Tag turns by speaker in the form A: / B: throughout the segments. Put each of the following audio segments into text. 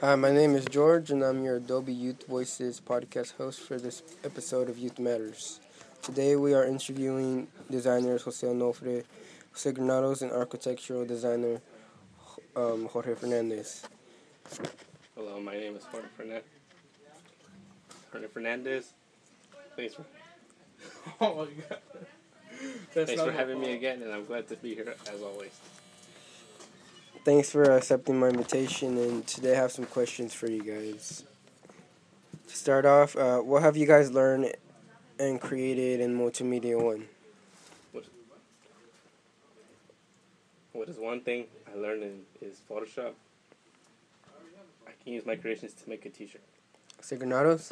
A: Hi, my name is George, and I'm your Adobe Youth Voices podcast host for this episode of Youth Matters. Today, we are interviewing designers Jose Onofre, Jose Granados, and architectural designer um, Jorge Fernandez.
B: Hello, my name is Jorge Fernandez. Jorge Fernandez. Thanks for
C: Oh my god. That's
B: thanks
C: not
B: for
C: my
B: having me
C: fault.
B: again, and I'm glad to be here as always.
A: Thanks for accepting my invitation, and today I have some questions for you guys. To start off, uh, what have you guys learned and created in Multimedia One?
B: What is one thing I learned in, is Photoshop. I can use my creations to make a T-shirt.
A: Jose Granados?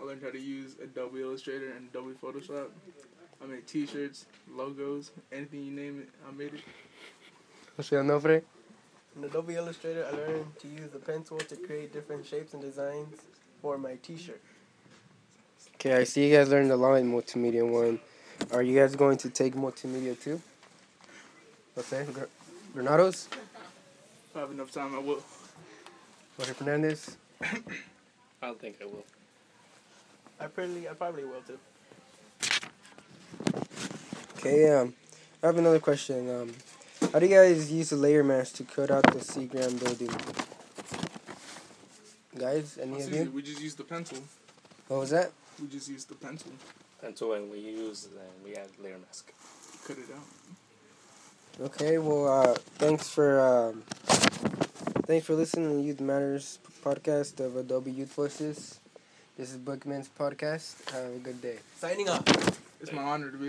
C: I learned how to use Adobe Illustrator and Adobe Photoshop. I made T-shirts, logos, anything you name it, I made it.
A: Jose Onofre?
D: In Adobe Illustrator, I learned to use the pencil to create different shapes and designs for my T-shirt.
A: Okay, I see you guys learned a lot in multimedia one. Are you guys going to take multimedia two? Jose Gr- Granados,
C: If I have enough time, I will.
A: Jorge Fernandez.
B: I don't think I will.
D: I probably, I probably will too.
A: Okay, um, I have another question. Um, how do you guys use the layer mask to cut out the Seagram building? Guys, any
C: It's
A: of
C: easy.
A: you?
C: We just use the pencil.
A: What was that?
C: We just use the pencil.
B: Until when we use, then we add layer mask.
C: Cut it out.
A: Okay, well, uh, thanks for um, thanks for listening to Youth Matters podcast of Adobe Youth Voices. This is Bookman's podcast. Have a good day.
D: Signing off.
C: It's my honor to be